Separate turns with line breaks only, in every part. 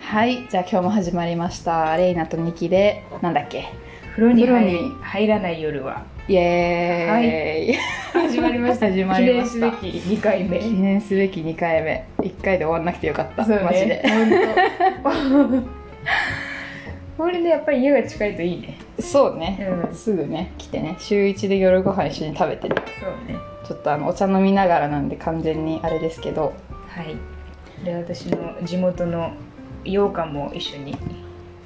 はいじゃあ今日も始まりましたレイナとニキでなんだっけ
風呂に入
風呂に
入らない夜は
イエーイ、
始まりました
始まりました
記念すべき2回 目
記念すべき2回目1回で終わんなくてよかった、
そうね
マジで
本当 これでやっぱり家が近いといいね
そうね、
うん
すぐね来てね週1で夜ご飯一緒に食べてね
そうね
ちょっとあのお茶飲みながらなんで完全にあれですけど
はいで私の地元の羊羹も一緒に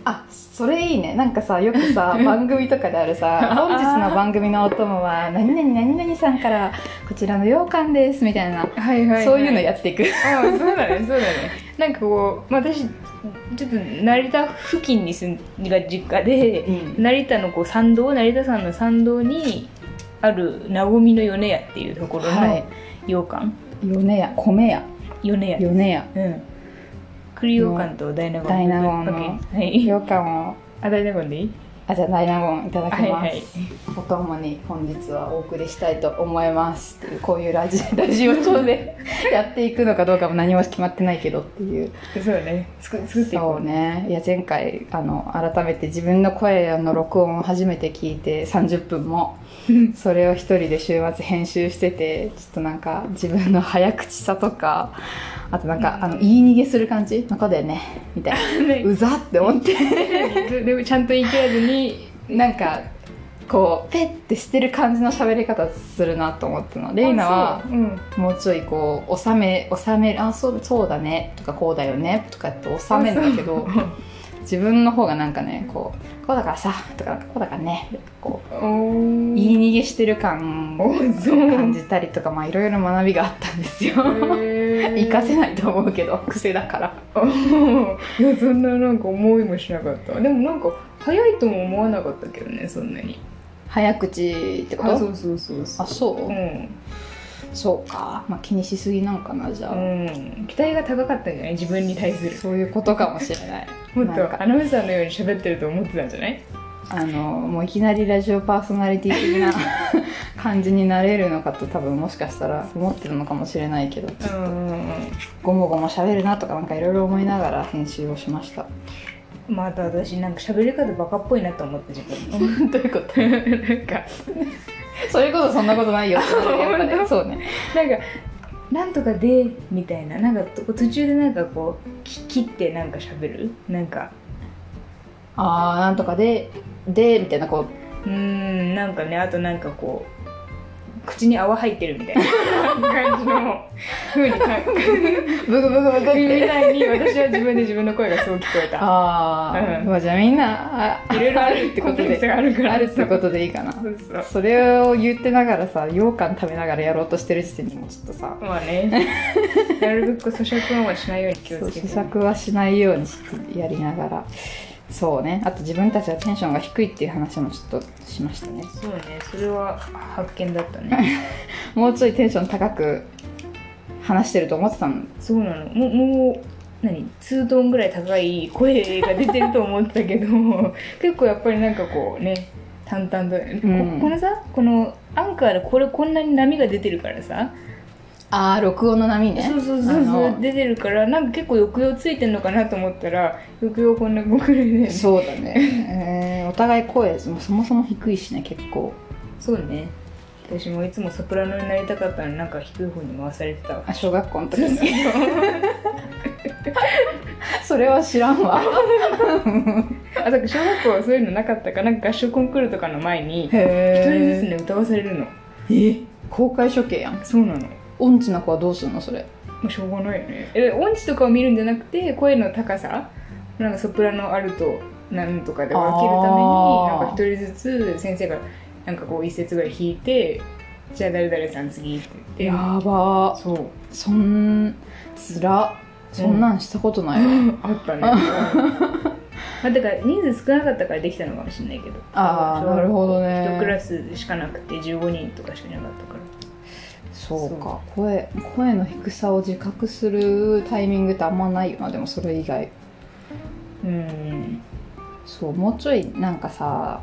あそれいいねなんかさよく さ番組とかであるさ 「本日の番組のお供は何々何々さんからこちらの羊羹です」みたいな、
はいは
そういうのやって いく
ああそうだねそうだねなんかこうまあ私ちょっと成田付近に住んが実家で、
う
成田のこう参道成田山の参道にあるなごみの米屋っていうところ
は
の
い
羊羹、
米屋米屋
米屋
米屋
うん栗羊羹と大納言
大納言の
はい
羊羹を
あ大納言でいい
あじゃあ大納言いただきます、
はいはい
お供に本日はお送りしたいと思いますっていうこういうラジラジオ調で やっていくのかどうかも何も決まってないけどっていう
そうね作作っていこ
そううねいや前回あの改めて自分の声の録音を初めて聞いて30分 もそれを一人で週末編集しててちょっとなんか自分の早口さとかあとなんか、あの言い逃げする感じ中だよねみ たいな
ね
うざって思って
でもちゃんと言い切らずに
なんかこうペッてしてる感じの喋り方するなと思ったのレイナは
あそううん
もうちょいこう収め収めるあそうそうだねとかこうだよねとかって収めるんだけど自分の方がなんかねこうこうだからさとかなんかこうだからねこう
お
言
い
い逃げしてる感を
そう
感じたりとかまあいろいろ学びがあったんですよ活かせないと思うけど癖だから
いやそんななんか思いもしなかったでもなんか早いとも思わなかったけどねそんなに
早口ってこと
うそうそうそ
あそう、
うん、
そうか、まあ、気にしすぎなんかなじゃあ、
うん、期待が高かったんじゃない自分に対する
そういうことかもしれない
もっ
なんか
とアナウンサーのように喋ってると思ってたんじゃない
あのもういきなりラジオパーソナリティ的な 感じになれるのかと多分もしかしたら思ってるのかもしれないけど
うん
ごもごも喋るなとかなんかいろいろ思いながら編集をしました
また私なんか喋り方バカっぽいなと思って自分
どういうこと
なんか
それこそそんなことないよってなるやっぱり
本当
そうね
なんかなんとかでみたいななんかと途中でなんかこうき切ってなんか喋るなんか
ああなんとかででみたいなこ
うーんなんかねあとなんかこう口に泡入ってるみたいな感じのふうに考
うブグブグブグっ
えみ
て
たいに私は自分で自分の声がそう聞こえた
ああ、
うん
まあじゃあみんなあ
いろいろあるってこと
コンテンツ
であるか
あ
あ
る
る
っ
ってて
こ
こと
でいいかな
とそう
それを言ってながらさ羊羹食べながらやろうとしてる時点でもうちょっとさ
ま あねなるべく咀嚼音はしないように気
そ
を
う
つけ
試
て
作はしないようにしてやりながらそうねあと自分たちはテンションが低いっていう話もちょっとしましたね
そうねそれは発見だったね
もうちょいテンション高く話してると思ってたの
そうなのもうもう何2トーンぐらい高い声が出てると思ってたけど 結構やっぱりなんかこうね淡々とだよね、
うん
ここのさこのアンカーでこれこんなに波が出てるからさ、
ああ録音の波
そうそう
あ
そうそう
の
出てるからなんか結構抑揚ついてんのかなと思ったら抑揚こんなごくらいで
そうだね、えーお互い声もそもそも低いしね結構
そうね私もいつもソプラノになりたかったのになんか低い方に回されてたわ
あ小学校の時に それは知らんわ
あだから小学校はそういうのなかったかなんか合唱コンクールとかの前に一人ずつ
へ
ね歌わされるの
え公開処刑やん
そうなの
音痴な子はどうすんのそれ
もうしょうがないよねえ音痴とかを見るんじゃなくて声の高さなんかソプラノアルトなんとかで分けるために
あー
なんか一人ずつ先生がなんかこう一節ぐらい弾いてじゃあ誰々さん次って言って
やば
そう
そんつらそんなんしたことないわ、
あったねまあだから人数少なかったからできたのかもしれないけど
あー
小学校
なるほどね
一クラスしかなくて15人とかしかいなかったから
そうか声声の低さを自覚するタイミングってあんまないよなでもそれ以外
うん
そうもうちょいなんかさ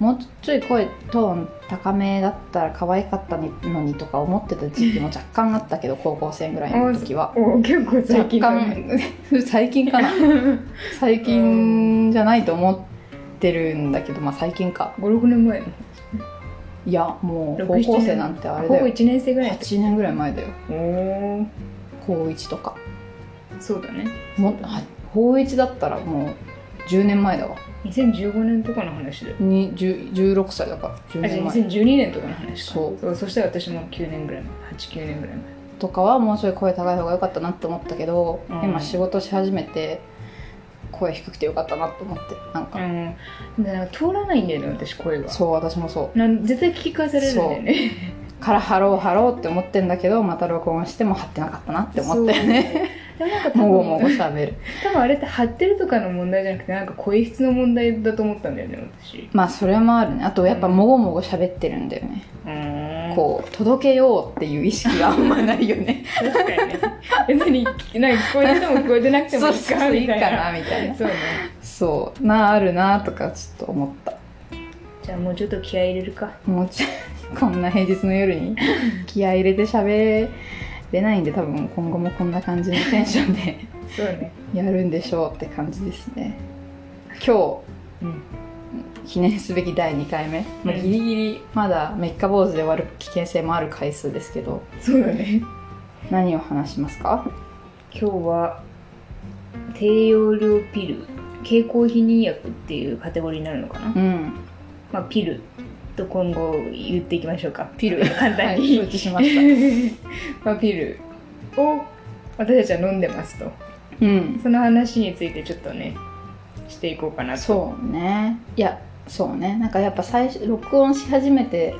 もうちょい声トーン高めだったら可愛かったのにとか思ってた時期も若干あった けど高校生ぐらいの時は
お結構
若
最近だね
干 最近 かな最近じゃないと思ってるんだけどまあ最近か
56年前
いやもう
6
高校生なんてあれ
高
だ
校
よ
1年生ぐらいの時
8年ぐらい前だよ
おお
高1とか
そうだね
もは高1だったらもう10年前だわ
2015年とかの話だよ
に10 16歳だから10
あじゃ
年
あ
前
2012年とかの話か
そう
そうそしたら私も9年ぐらい前89年ぐらい
とかはもうちょい声高い方が良かったなって思ったけど、
うん
今仕事し始めて声低くて良かったなと思ってなんか、
前うんでなんか通らないんだよね私声が
そう私もそう
なん絶対聞き返されるんだよね
からハローハローって思ってんだけどまた録音しても張ってなかったなって思ったよね
そうでもなんか多
もご
分
もごしゃべる
多分あれって張ってるとかの問題じゃなくてなんか声質の問題だと思ったんだよね私
まあそれもあるねあとやっぱもごもごしゃべってるんだよね、
うん
こう届けようっていう意識があんまないよね
確かにね別になんか聞こえてても聞こえてなくてもいい
そう
か
そう
み
いい
た
か
い
な
な
みたいな
そうね
そうなあるなとかちょっと思った
じゃあもうちょっと気合い入れるか
もうちょいこんな平日の夜に気合い入れて喋れないんで多分今後もこんな感じのテンションで
そうね
やるんでしょうって感じですね今
うん
日記念すべき第2回目、まあ、
うん
ギリギリまだ三日坊主で終わる危険性もある回数ですけど
そうだね
何を話しますか
今日は低用量ピル経口避妊薬っていうカテゴリーになるのかな、
うん
まあ、ピルと今後言っていきましょうか
ピル
簡
は
単
い
に、
承知しまし
まあ、ピルを私たちは飲んでますと
たうん
その話についてちょっとねしていこうかなと
そうねいやそうねなんかやっぱ最初録音し始めて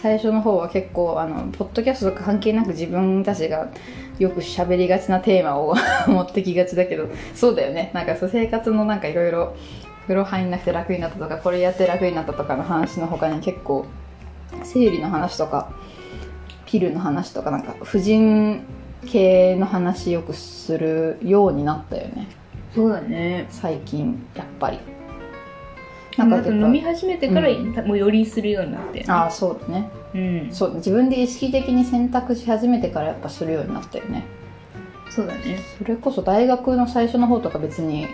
最初の方は結構あのポッドキャストとか関係なく自分たちがよく喋りがちなテーマを 持ってきがちだけどそうだよねなんかそう生活のなんかいろいろ風呂入んなくて楽になったとかこれやって楽になったとかの話の他に結構生理の話とかピルの話とかなんか婦人系の話よくするようになったよね
そうだね
最近やっぱり。
なんか
やっぱ
飲み始めてから、
うん
もうよりするようになって
ああそうだね
うん
そう自分で意識的に選択し始めてからやっぱするようになったよね
そうだね
それこそ大学の最初の方とか別に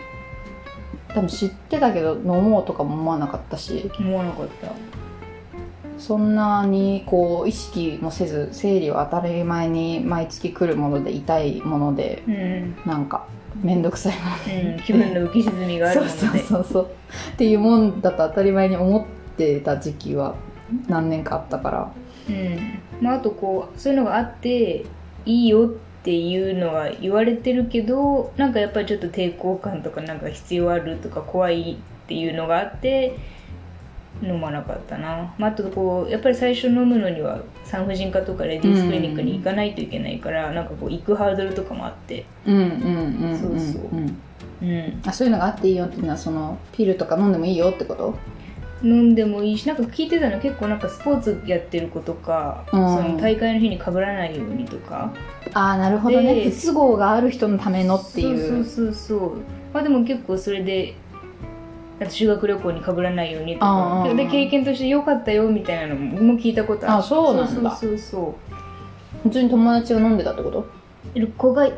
多分知ってたけど飲もうとかも思わなかったし
思わなかった
そんなにこう意識もせず生理は当たり前に毎月来るもので痛いもので
うん、
なんか面倒くさい
うん、気分の浮き沈みがある
そ
も
う
ので
そうそうそうっていうもんだと当たり前に思ってた時期は何年かあったから
うんまあ、あとこうそういうのがあっていいよっていうのは言われてるけどなんかやっぱりちょっと抵抗感とかなんか必要あるとか怖いっていうのがあって飲まなかったな、まあ、あとこうやっぱり最初飲むのには産婦人科とかレディースクリニックに行かないといけないから、なんかこう行くハードルとかもあって、
うんうんうんうん
そうそ
うん
うん、
あそういうのがあっていいよっていうのはそのピルとか飲んでもいいよってこと
飲んでもいいしなんか聞いてたの結構なんかスポーツやってる子とか、
うん
その大会の日に被らないようにとか。
ああなるほどね
で
不都合がある人のためのっていう
そうそうそうそうまあでも結構それであと修学旅行にかぶらないようにと
あ
か
あああ
で経験として良かったよみたいなのも聞いたことある
あそうなんだ
そうそうそう
普通に友達が飲んでたってこと
そういる子が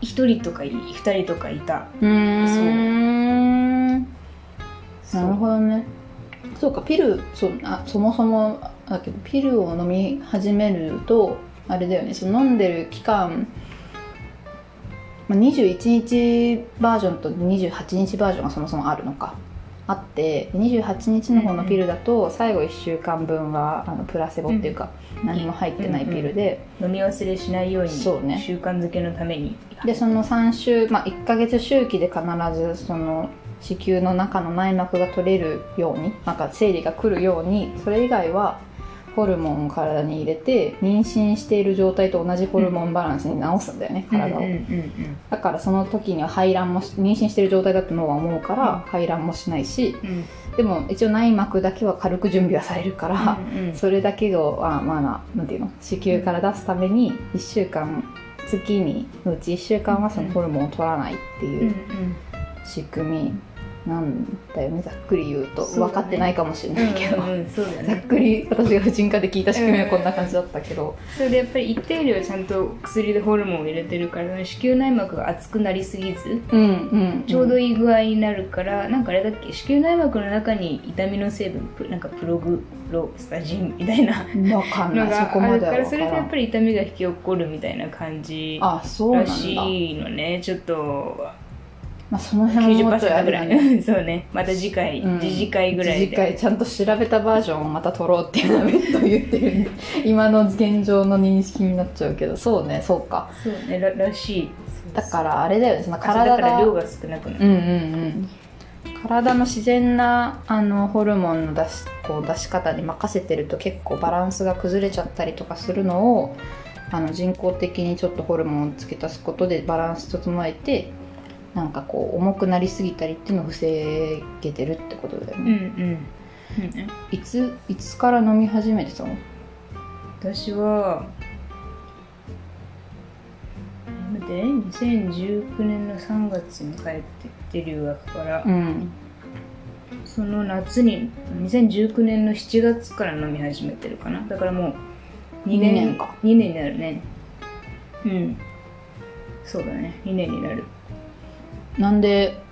一人とかい二人とかいた
うーん
そう
なるほどねそうかピルそうあそもそもだけどピルを飲み始めるとあれだよねその飲んでる期間まあ21日バージョンと28日バージョンがそもそもあるのかあって28日の方のピルだと最後1週間分はあのプラセボっていうか何も入ってないピルで
飲み忘れしないように
そうね
習慣づけのために
でその3週、まあ、1ヶ月周期で必ずその子宮の中の内膜が取れるようになんか生理が来るようにそれ以外はホルモンを体に入れて妊娠している状態と同じホルモンバランスに直すんだよね、体を。
うんうんうん
だからその時には排卵もし妊娠してる状態だと脳は思うから、
うん
排卵もしないし
うんうん
でも一応内膜だけは軽く準備はされるから、
うんうん
それだけをあまあななんていうの子宮から出すために1週間月にのうち1週間はそのホルモンを取らないって
う
い
ん
う仕組みなんだよねざっくり言うと
そうだね
分かってないかもしれないけど、
うんうんうんそうだよ
ざっ
ね
くり私が婦人科で聞いた仕組みはこんな感じだったけど、
それでやっぱり一定量ちゃんと薬でホルモンを入れてるから子宮内膜が厚くなりすぎず
うんうん
ちょうど
い
いい具合になるから、なんかあれだっけ子宮内膜の中に痛みの成分プなんかプログロスタジンみたいな
分かんな
の
いそ
が
こ
あ
ま
る
で
か
は
ら
分から
それでやっ
ん
ぱり痛みが引き起こるみたいな感じ
あそうな
ら
んだ、
しいのねちょっと
まあ、その辺ももうちょいあ
90%ぐ
れだ
らい、
ね
そうねまた次回、
うん
次次回ぐらい
次回
で
ちゃんと調べたバージョンをまた取ろうっていうのは別途言ってるんで今の現状の認識になっちゃうけどそうねそうか
そうねららしい
だからあれだよねその
体
体
だから
が
量が少なくな
う
る、
んうんうん体の自然なあのホルモンの出しこう出し方に任せてると結構バランスが崩れちゃったりとかするのをあの人工的にちょっとホルモンを付け足すことでバランス整えてなんかこう重くなりすぎたりっていうのを防げてるってことだよ
うん、う
ね、
んうん
いついつから飲み始めてたの
私は待って2019年の3月に帰ってきて留学から、
うん
その夏に2019年の7月から飲み始めてるかなだからもう2年
二年か
2年になるねうんそうだね2年になる
なんで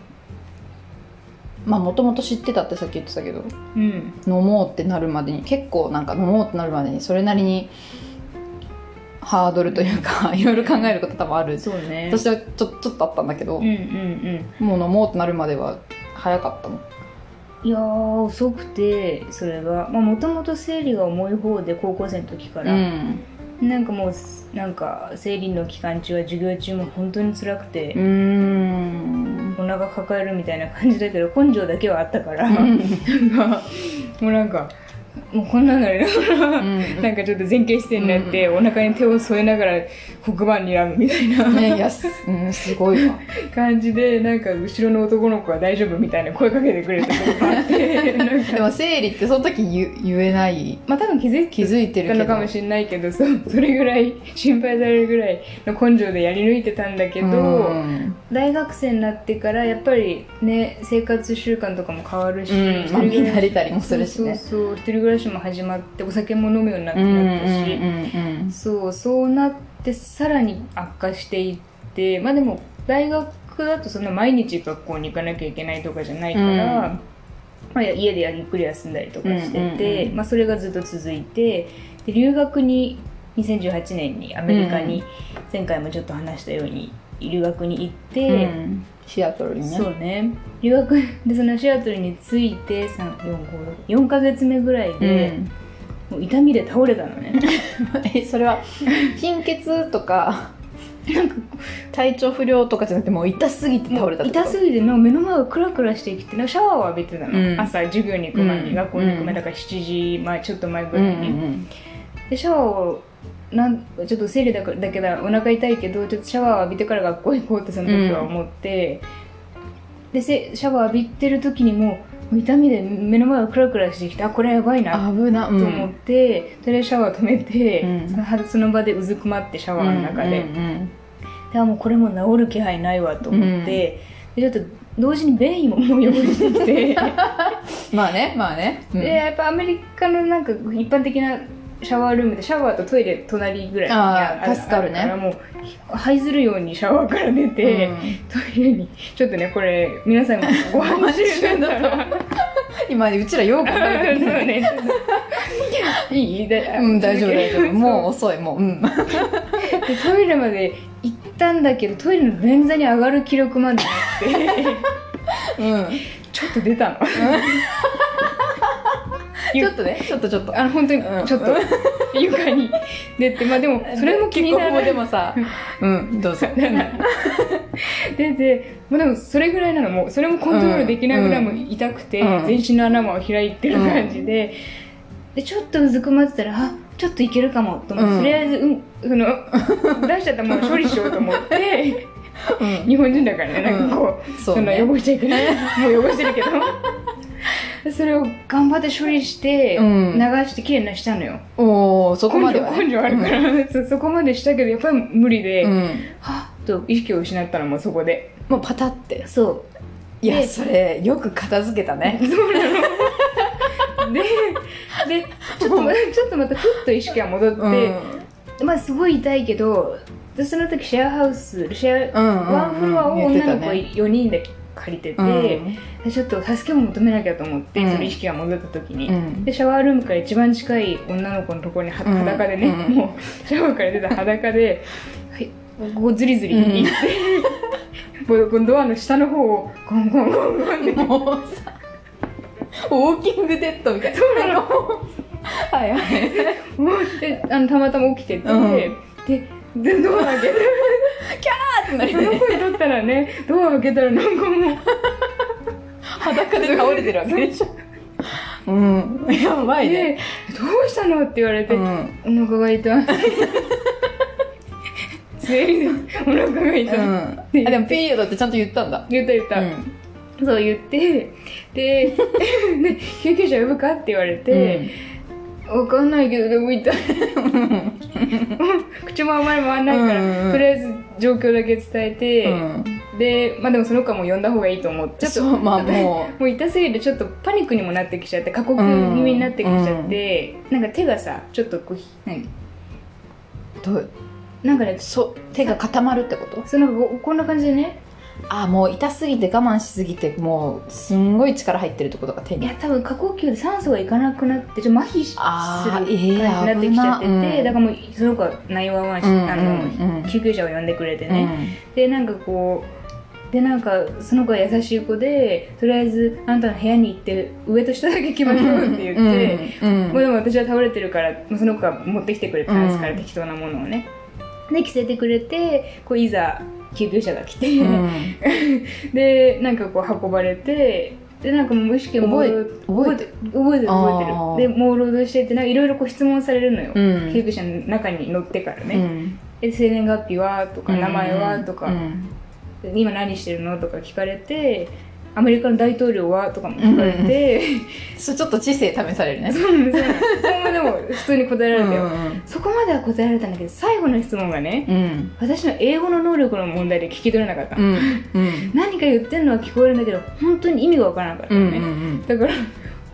まあもともと知ってたってさっき言ってたけど
うん
飲もうってなるまでに結構なんか飲もうってなるまでにそれなりにハードルというか いろいろ考えること多分ある
そうね
私はちょちょっとあったんだけど、
うんうんうん
もう飲もうってなるまでは早かったの
いやー遅くてそれがもともと生理が重い方で高校生の時か
う
ら、
ん
なんかもうすなんか生理の期間中は授業中も本当に辛く
うー
て、
ん
お腹抱えるみたいな感じだけど根性だけはあったから、なんかもうなんかもうこんなのよ
うん
なんかちょっと前傾姿勢になって、お腹に手を添えながら黒板にらむみたいな
ねいやす,、うん、すごいわ
感じでなんか後ろの男の子は大丈夫みたいな声かけてくれたことがあってなんか
でも生理ってその時言う言えない
まあ多分気づいて
気づいて
だ
る
っ
け
た
ど
のかもしれないけどそうそれぐらい心配されるぐらいの根性でやり抜いてたんだけど、
うん
大学生になってからやっぱりね生活習慣とかも変わるし、
うん
一
まあ
人暮らし
見慣れたりもするしね
そうそうそう一人暮らしも始まってお酒も飲むようになっ
う
て
んうんうん
なったし、
うん
そうそうなってさらに悪化していってまあでも大学だとそんな毎日学校に行かなきゃいけないとかじゃないから、
うん
まあ、家でゆっくり休んだりとかしてて、
うんうんうん
まあ、それがずっと続いてで留学に2018年にアメリカに、前回もちょっと話したように留学に行って。
うんシアトルにね
そうね留学でそのシアトルに着いて4か月目ぐらいうで、
ん、
もう痛みで倒れたのね
えそれは貧血と かなんか体調不良とかじゃなくてもう痛すぎて 倒れたってこと
痛すぎてなんか目の前がクラクラしてきてなんかシャワーを浴びてたの、
うん
朝授業に行く前に、
うん
学校に行く
う
前
ん
だから7時、まあ、ちょっと前ぐ
うん
ら
う
いに、
ん
でシャワーをなんちょっと生理だからだけだお腹痛いけどちょっとシャワーを浴びてから学校行こうってその時は思って、でせシャワー浴びてる時にもう痛みで目の前がクラクラしてきてあこれやばいなって
うん危なう
と思っ
ん
て、とりあえずシャワー止めて、
うん
そのはその場でうずくまってシャワーの中で、
うん
であもうこれもう治る気配ないわと思って、でちょっと同時に便意ももう汚してきて、
まあねまあね、うん
でやっぱアメリカのなんか一般的なシャワールームでシャワーとトイレ隣ぐらいに
あー
る
助かるね
あからもう排ずるようにシャワーから出て、トイレにちょっとねこれ皆さんがご安心だ と
うん今うちらよう考
そう
えてるね
ねちょっと いいで
うん大丈夫大丈夫もう
そう
遅いもううん
でトイレまで行ったんだけどトイレの便座に上がる気力までな くて
うん
ちょっと出たの
ちょっとねちょっとちょっと
あの本当に
うん
ちょっと床に出てまあでもそれも気にな
結構うで
る
もさうんどう ぞ
出て、 まあ、でもそれぐらいなのもうそれもコントロールできないぐらいもう痛くて、
うん
全身の穴も開いてる感じで,、でちょっとうずくまってたらあちょっといけるかもと思
うん
って、とりあえず、うん、そ の出しちゃったものを処理しようと思って
うん
日本人だからねなんかこう。
そ
そうの
ね
汚しちゃい けないもう汚してるけどそれを頑張って処理して
うん
流してきれいにしたのよ、
おおそこま
根
で
性
はね
根性あるから、そうそこまでしたけどやっぱり無理で、
う
は
ん
っと意識を失ったのもうそこで
もうパタって
そ
いや
で
それよく片付けたね
ででちょっとまちょっとまたふっと意識が戻って、まあすごい痛いけどでその時シェアハウスシェ
うんうんう
ア
ん
ワンフロアを
言って
女
た
の子
ね
4人で借りてて、でちょっと助けも求めなきゃと思って、
うん
その意識が戻った時に、
うんうん
でシャワールームから一番近い女の子のところには
うん
裸でね、
うん
もうシャワーから出た裸で、はい、ここずりずり行って、もうこのドアの下の方をゴンゴンゴンゴンって
もうさウォーキングデッドみたいなはいはい
もうであのたまたま起きてて、
うん
ででドア開けてその声取ったらねドア開けたらなんかもう
裸で倒れてるわけでしょうんやばいね
でどうしたの?」って言われて「
うん
お腹が痛 い」全員でお腹が
う
痛い、
んあでもピリオドってちゃんと言ったんだ
言った言った、
うん
そう言ってで で救急車呼ぶか?」って言われて「わかんないけどでも痛い」口もあんまり回んないから、
うんうんうん
とりあえず状況だけ伝え
う
て、
ん
でまあでもその子はもう呼んだ方がいいと思ってちょっと
そうまあも
もう痛すぎてちょっとパニックにもなってきちゃって過酷気味になってきちゃって、なんか手がさちょっとこうひ何
うどう
なんかね
そ手が固まるってこと
そのここんな感じでね
あもう痛すぎて我慢しすぎてもうすんごい力入ってるってことが手
い
に
や多分過呼吸で酸素がいかなくなってちょっと麻痺しする
あー
感じ
え
に
ー
なってきちゃってて、
危なうん
だからもうその子は911、
うん
あの
うんうん
救急車を呼んでくれて
う
ね、
ん
でなんかこうでなんかその子は優しい子でとりあえずあんたの部屋に行って上と下だけ決ましょうって言って。
うん
もうでも私は倒れてるからもうその子が持ってきてくれたんですから、
うん
適当なものをねで着せてくれてこういざ救急車が来て、
うん
でなんかこう運ばれてでなんかもう意識が
覚え
戻
覚
っ
えて
て覚えてる覚えて
あー
るで朦朧としててなんかいろいろこう質問されるのよ、
うん
救急車の中に乗ってから
う
ね
ん
「え生年月日は?」とか「名前は?」とか、
うん
で今何してるの?」とか聞かれて「アメリカの大統領は?」とかも聞かれて、
それちょっと知性試されるね
そうそうそれもでも普通に答えられたよ、
うん
そこまでは答えられたんだけど最後の質問がね
うん
私の英語の能力の問題で聞き取れなかった、
うんうん
何か言ってるのは聞こえるんだけど本当に意味がわからなかった
う
の
んう
ね、
ん
だから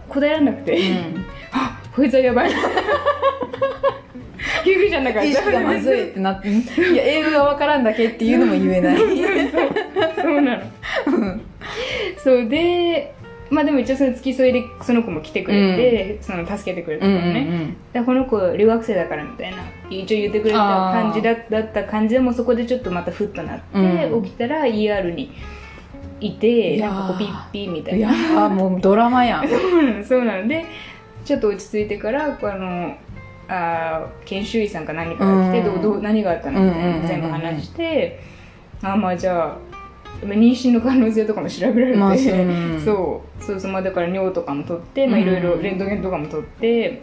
答えられなくて、
うん
あ こいつはやばい救急車の中
意識がまずいってなっていや英語がわからんだけっていうのも言えない
そうなのそうでまあでも一応その付き添いでその子も来てくれて、その助けてくれた
う
か
ん
らね、でこの子留学生だからみたいな一応言ってくれた感じだだった感じでもうそこでちょっとまたふっとなって、
うん
起きたら ER にい
い
て
やー
なんかこうピッピーみた
うん
い
いや
な
ーもうドラマやん
そうなのでちょっと落ち着いてからこうあのあー研修医さんか何かが来て、
うん
どうどう何があったのみた
うんうんうんう
いなん全部話して、あーまあじゃあ妊娠の可能性とかも調べられて、
まあそううん
そうそうそうまあだから尿とかも取って、まあ、いろいろ
うん
レントゲンとかも取って、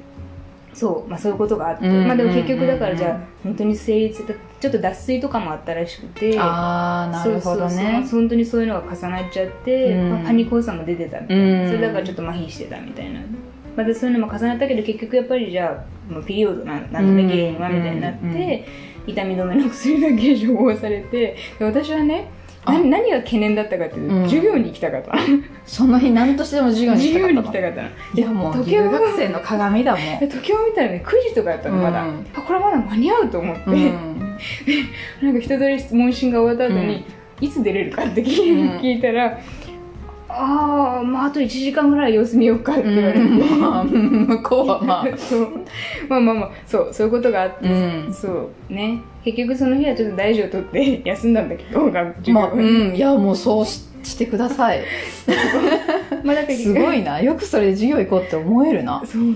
そうまあそういうことがあって、
うん
まあでも結局だからじ
うん
ゃあ本当に生理痛とちょっと脱水とかもあったらしくて
あーなるほど
そうそう
ね
そう本当にそういうのが重なっちゃって、
うん
まあパニック発作も出てたみたいな、
うん
それだからちょっと麻痺してたみたいなまたそういうのも重なったけど結局やっぱりじゃあもうピリオドなんなんとか原因はみたいになって、
うんうん
痛み止めの薬だけ処方されてで私はねな
あ
何が懸念だったかっていうと、
うん
授業に行きたかった
その日何としても授業に
授業に行
行
き
き
た
たかっ
かったの
たいやもう
時計
留
は
学生の鏡だも
で
ん
時計を見たらね9時とかだったのまだ、
うん
あこれまだ間に合うと思って、
うん
なんか人通り問診が終わった後に、いつ出れるかって聞い
うん
聞いたら、ああまああと1時間ぐらい様子見ようかって言われて、
うんまあ向こうはまあ
そうまあまあまあそうそういうことがあって、
うん
そうね結局その日はちょっと大事を取って休んだんだけど学授業
まあうんいやもうそうししてください
まあだから
すごいなよくそれで授業行こうって思えるな
そうなの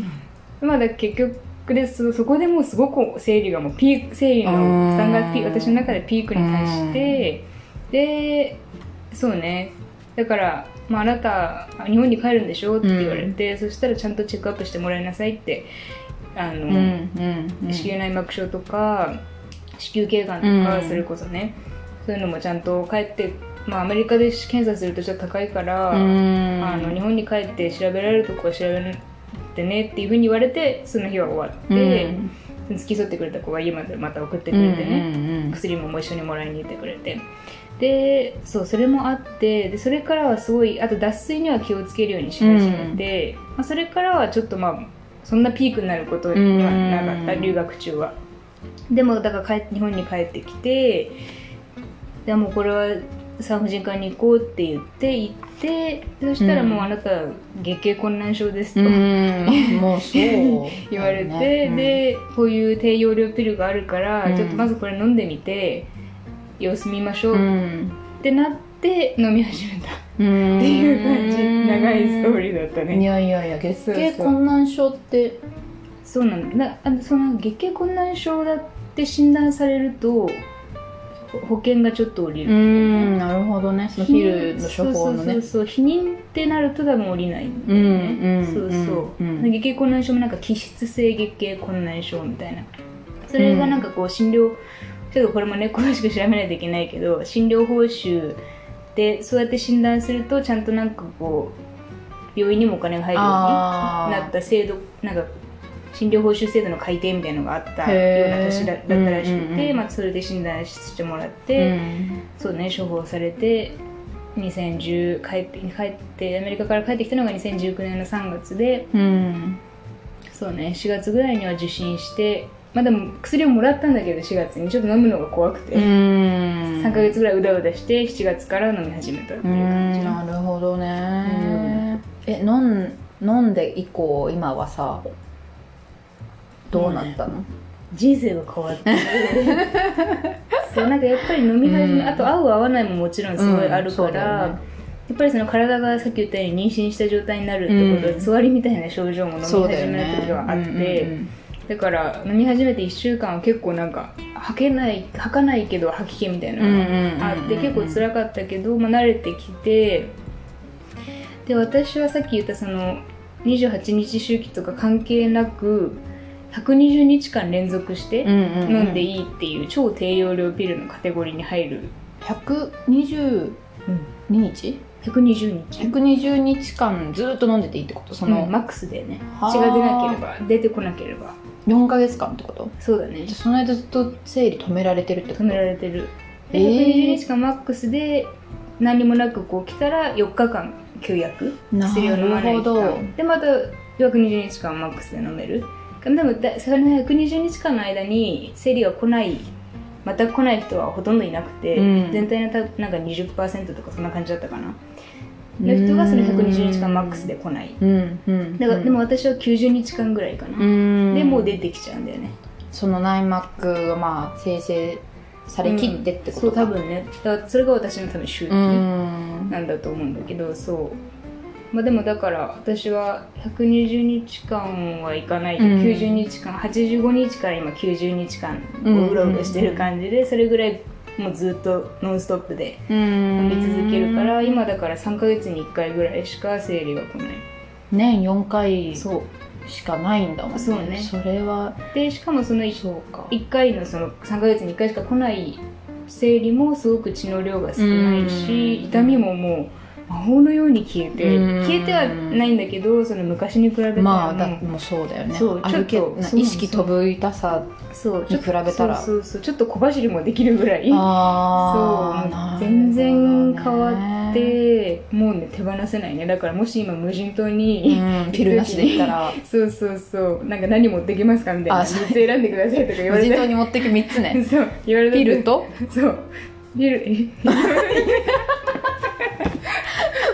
まあだから結局でそそこでもうすごく生理がもうピーク生理の負担がピ
うん
私の中でピークに達してでそうねだから、まあ、あなた日本に帰るんでしょって言われて、そしたらちゃんとチェックアップしてもらいなさいってあの、
うんうんうん
子宮内膜症とか子宮頸がんとか、
うん
それこそねそういうのもちゃんと帰って、まあ、アメリカで検査するとちょっと高いから、
うん
あの日本に帰って調べられるとこは調べてねっていうふうに言われてその日は終わって、
うん
付き添ってくれた子が家までまた送って
う
く
ん
れてね、薬ももう一緒にもらいに行ってくれてでそうそれもあってでそれからはすごいあと脱水には気をつけるようにし始めて、まあ、それからはちょっとまあそんなピークになることにはなかった、
うん
留学中はでもだから帰っ日本に帰ってきてでもうこれは産婦人科に行こうって言って行ってそしたらもうあなた月経困難症ですと、
うんうんもうそう
言われて、
ねうん
でこういう低用量ピルがあるから、
うん
ちょっとまずこれ飲んでみて様子見ましょう、
う
っ
ん
てなって飲み始め
っ
たっ
て
ていう感じ、長いストー
ー
リーだった
い
ね
やいやいや月経
そうそう
困難症って
そうなのなあのその月経困難症だって診断されるとほ保険がちょっと下り
う
る、
んなるほどねその
避
ヒ
妊
ルの処方のね
そうそうそうそう避妊ってなると多分下りないんだ
う
よ
ん
ね、
うん
そうそ
う
う、
ん
月経困難症もなんか気質性月経困難症みたいなそれがなんかこう診療ちょっとこれもね詳しく調べないといけないけど診療報酬でそうやって診断するとちゃんとなんかこう病院にもお金が入るように
あー
なった制度なんか診療報酬制度の改定みたいなのがあったような
へー
年だだったらしくて、
うんうんうん
まあ、それで診断してもらっ
う
て、
ん
そうね処方されて2010帰って帰ってアメリカから帰ってきたのが2019年の3月で
うん
そうね4月ぐらいには受診してまあでも薬をもらったんだけど4月にちょっと飲むのが怖くて、
3
3ヶ月ぐらいうだうだして7月から飲み始めたっていう
う
感じ
んなるほどね、え飲ん飲んで以降今はさどうなったの、
人生が変わってる そうなんかやっぱり飲み始め、
うん
あと合う合わないももちろんすごいある
うんそ
か
うだよ
ら、
ね
やっぱりその体がさっき言ったように妊娠した状態になるってことで、
うん
つわりみたいな症状も飲み始
そうだよ
める
ね
時はあってだ,、
うん
から飲み始めて1週間は結構なんか吐けない吐かないけど吐き気みたい
う
な
んうん
の
うんうんうんうん
があって結構辛かったけど、まあ、慣れてきてで私はさっき言ったその28日周期とか関係なく120日間連続して、
うん
飲んで
い
いいっていう超低用量ピルのカテゴリーに入る
122日、
120日
120日間ずっと飲んでていいってことそ
この
の、
マックスだよね
はあ
血が出なければ出てこなければ
4ヶ月間ってこと
そうだね
じゃあその間ずっと生理止められてるってこと
止められてる
え
で
ー
120日間マックスで何もなくこう来たら4日間休薬薬を飲ま
な
ない
るほ
期
ど
間でまた120日間マックスで飲めるでもだそれの120日間の間に生理が来ない全く来ない人はほとんどいなくて、
うん
全体のたなんか20%とかそんな感じだったかなの人がその120日間マックスで来ない
うんうん
だから、
うん
でも私は90日間ぐらいか
う
な、
ん
でもう出てきちゃうんだよね
その内膜がまあ生成されきってってこ
そ
と
う
か、
多分ねだからそれが私の多分周期
うん
なんだと思うんだけど、そうまあでもだから私は120日間はいかないけど、
うん
90日間85日から今90日間
うん
うろうろしてる感じで、それぐらいもうずっとノンストップで飲
飲
み続けるから、今だから3ヶ月に1回ぐらいしか生理が来ない
年4回し
そう
かないんだもんね
そうね
それは
でしかもその
そうか
1回のその3ヶ月に1回しか来ない生理もすごく血の量が少ないし、
うん
痛みももう魔法のように消えて、
うん
消えてはないんだけどその昔に比べたら
まあだ
もう
もうそうだよね
そう
歩け
ちょっと
な
そう
意識飛ぶ痛さ
そう
に比べたら
そうそうそうちょっと小走りもできるぐらい
あ
そ
ー
う
なるほどね
全然変わってもうね手放せないねだからもし今無人島に、
うんピルなしでいったら
そうそうそうなんか何持ってきますかみたいな
あそう
3つ選んでくださいとか言わ
無
れ
人島
て
に持ってく3つね
そう言われた
ピルと
そうビルえ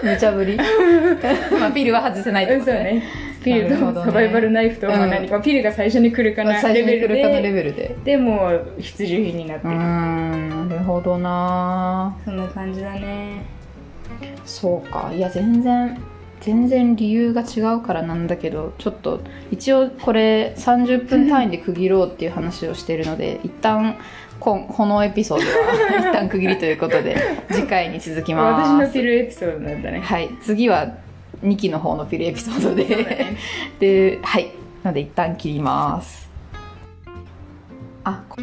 無茶ぶり まあピルは外せないって
うん
こ
そ
とね
うねピル
なるほ
と
どね
サバイバルナイフとまあ何か、ピルが最初に来るかな
最
レ
初
ベ
に来
ル
るかのレ
で
ベルで
でもう必需品になって
う
る、
んなるほどな
そんな感じだね
そうかいや全然全然理由が違うからなんだけどちょっと一応これ30分単位で区切ろうっていう話をしてるので一旦ここのエピソード は一旦区切りということで次回に続きます
私のピルエピソードなんだね
はい次は2期の方のピルエピソードで、
そうだね
ではいなので一旦切りますあこ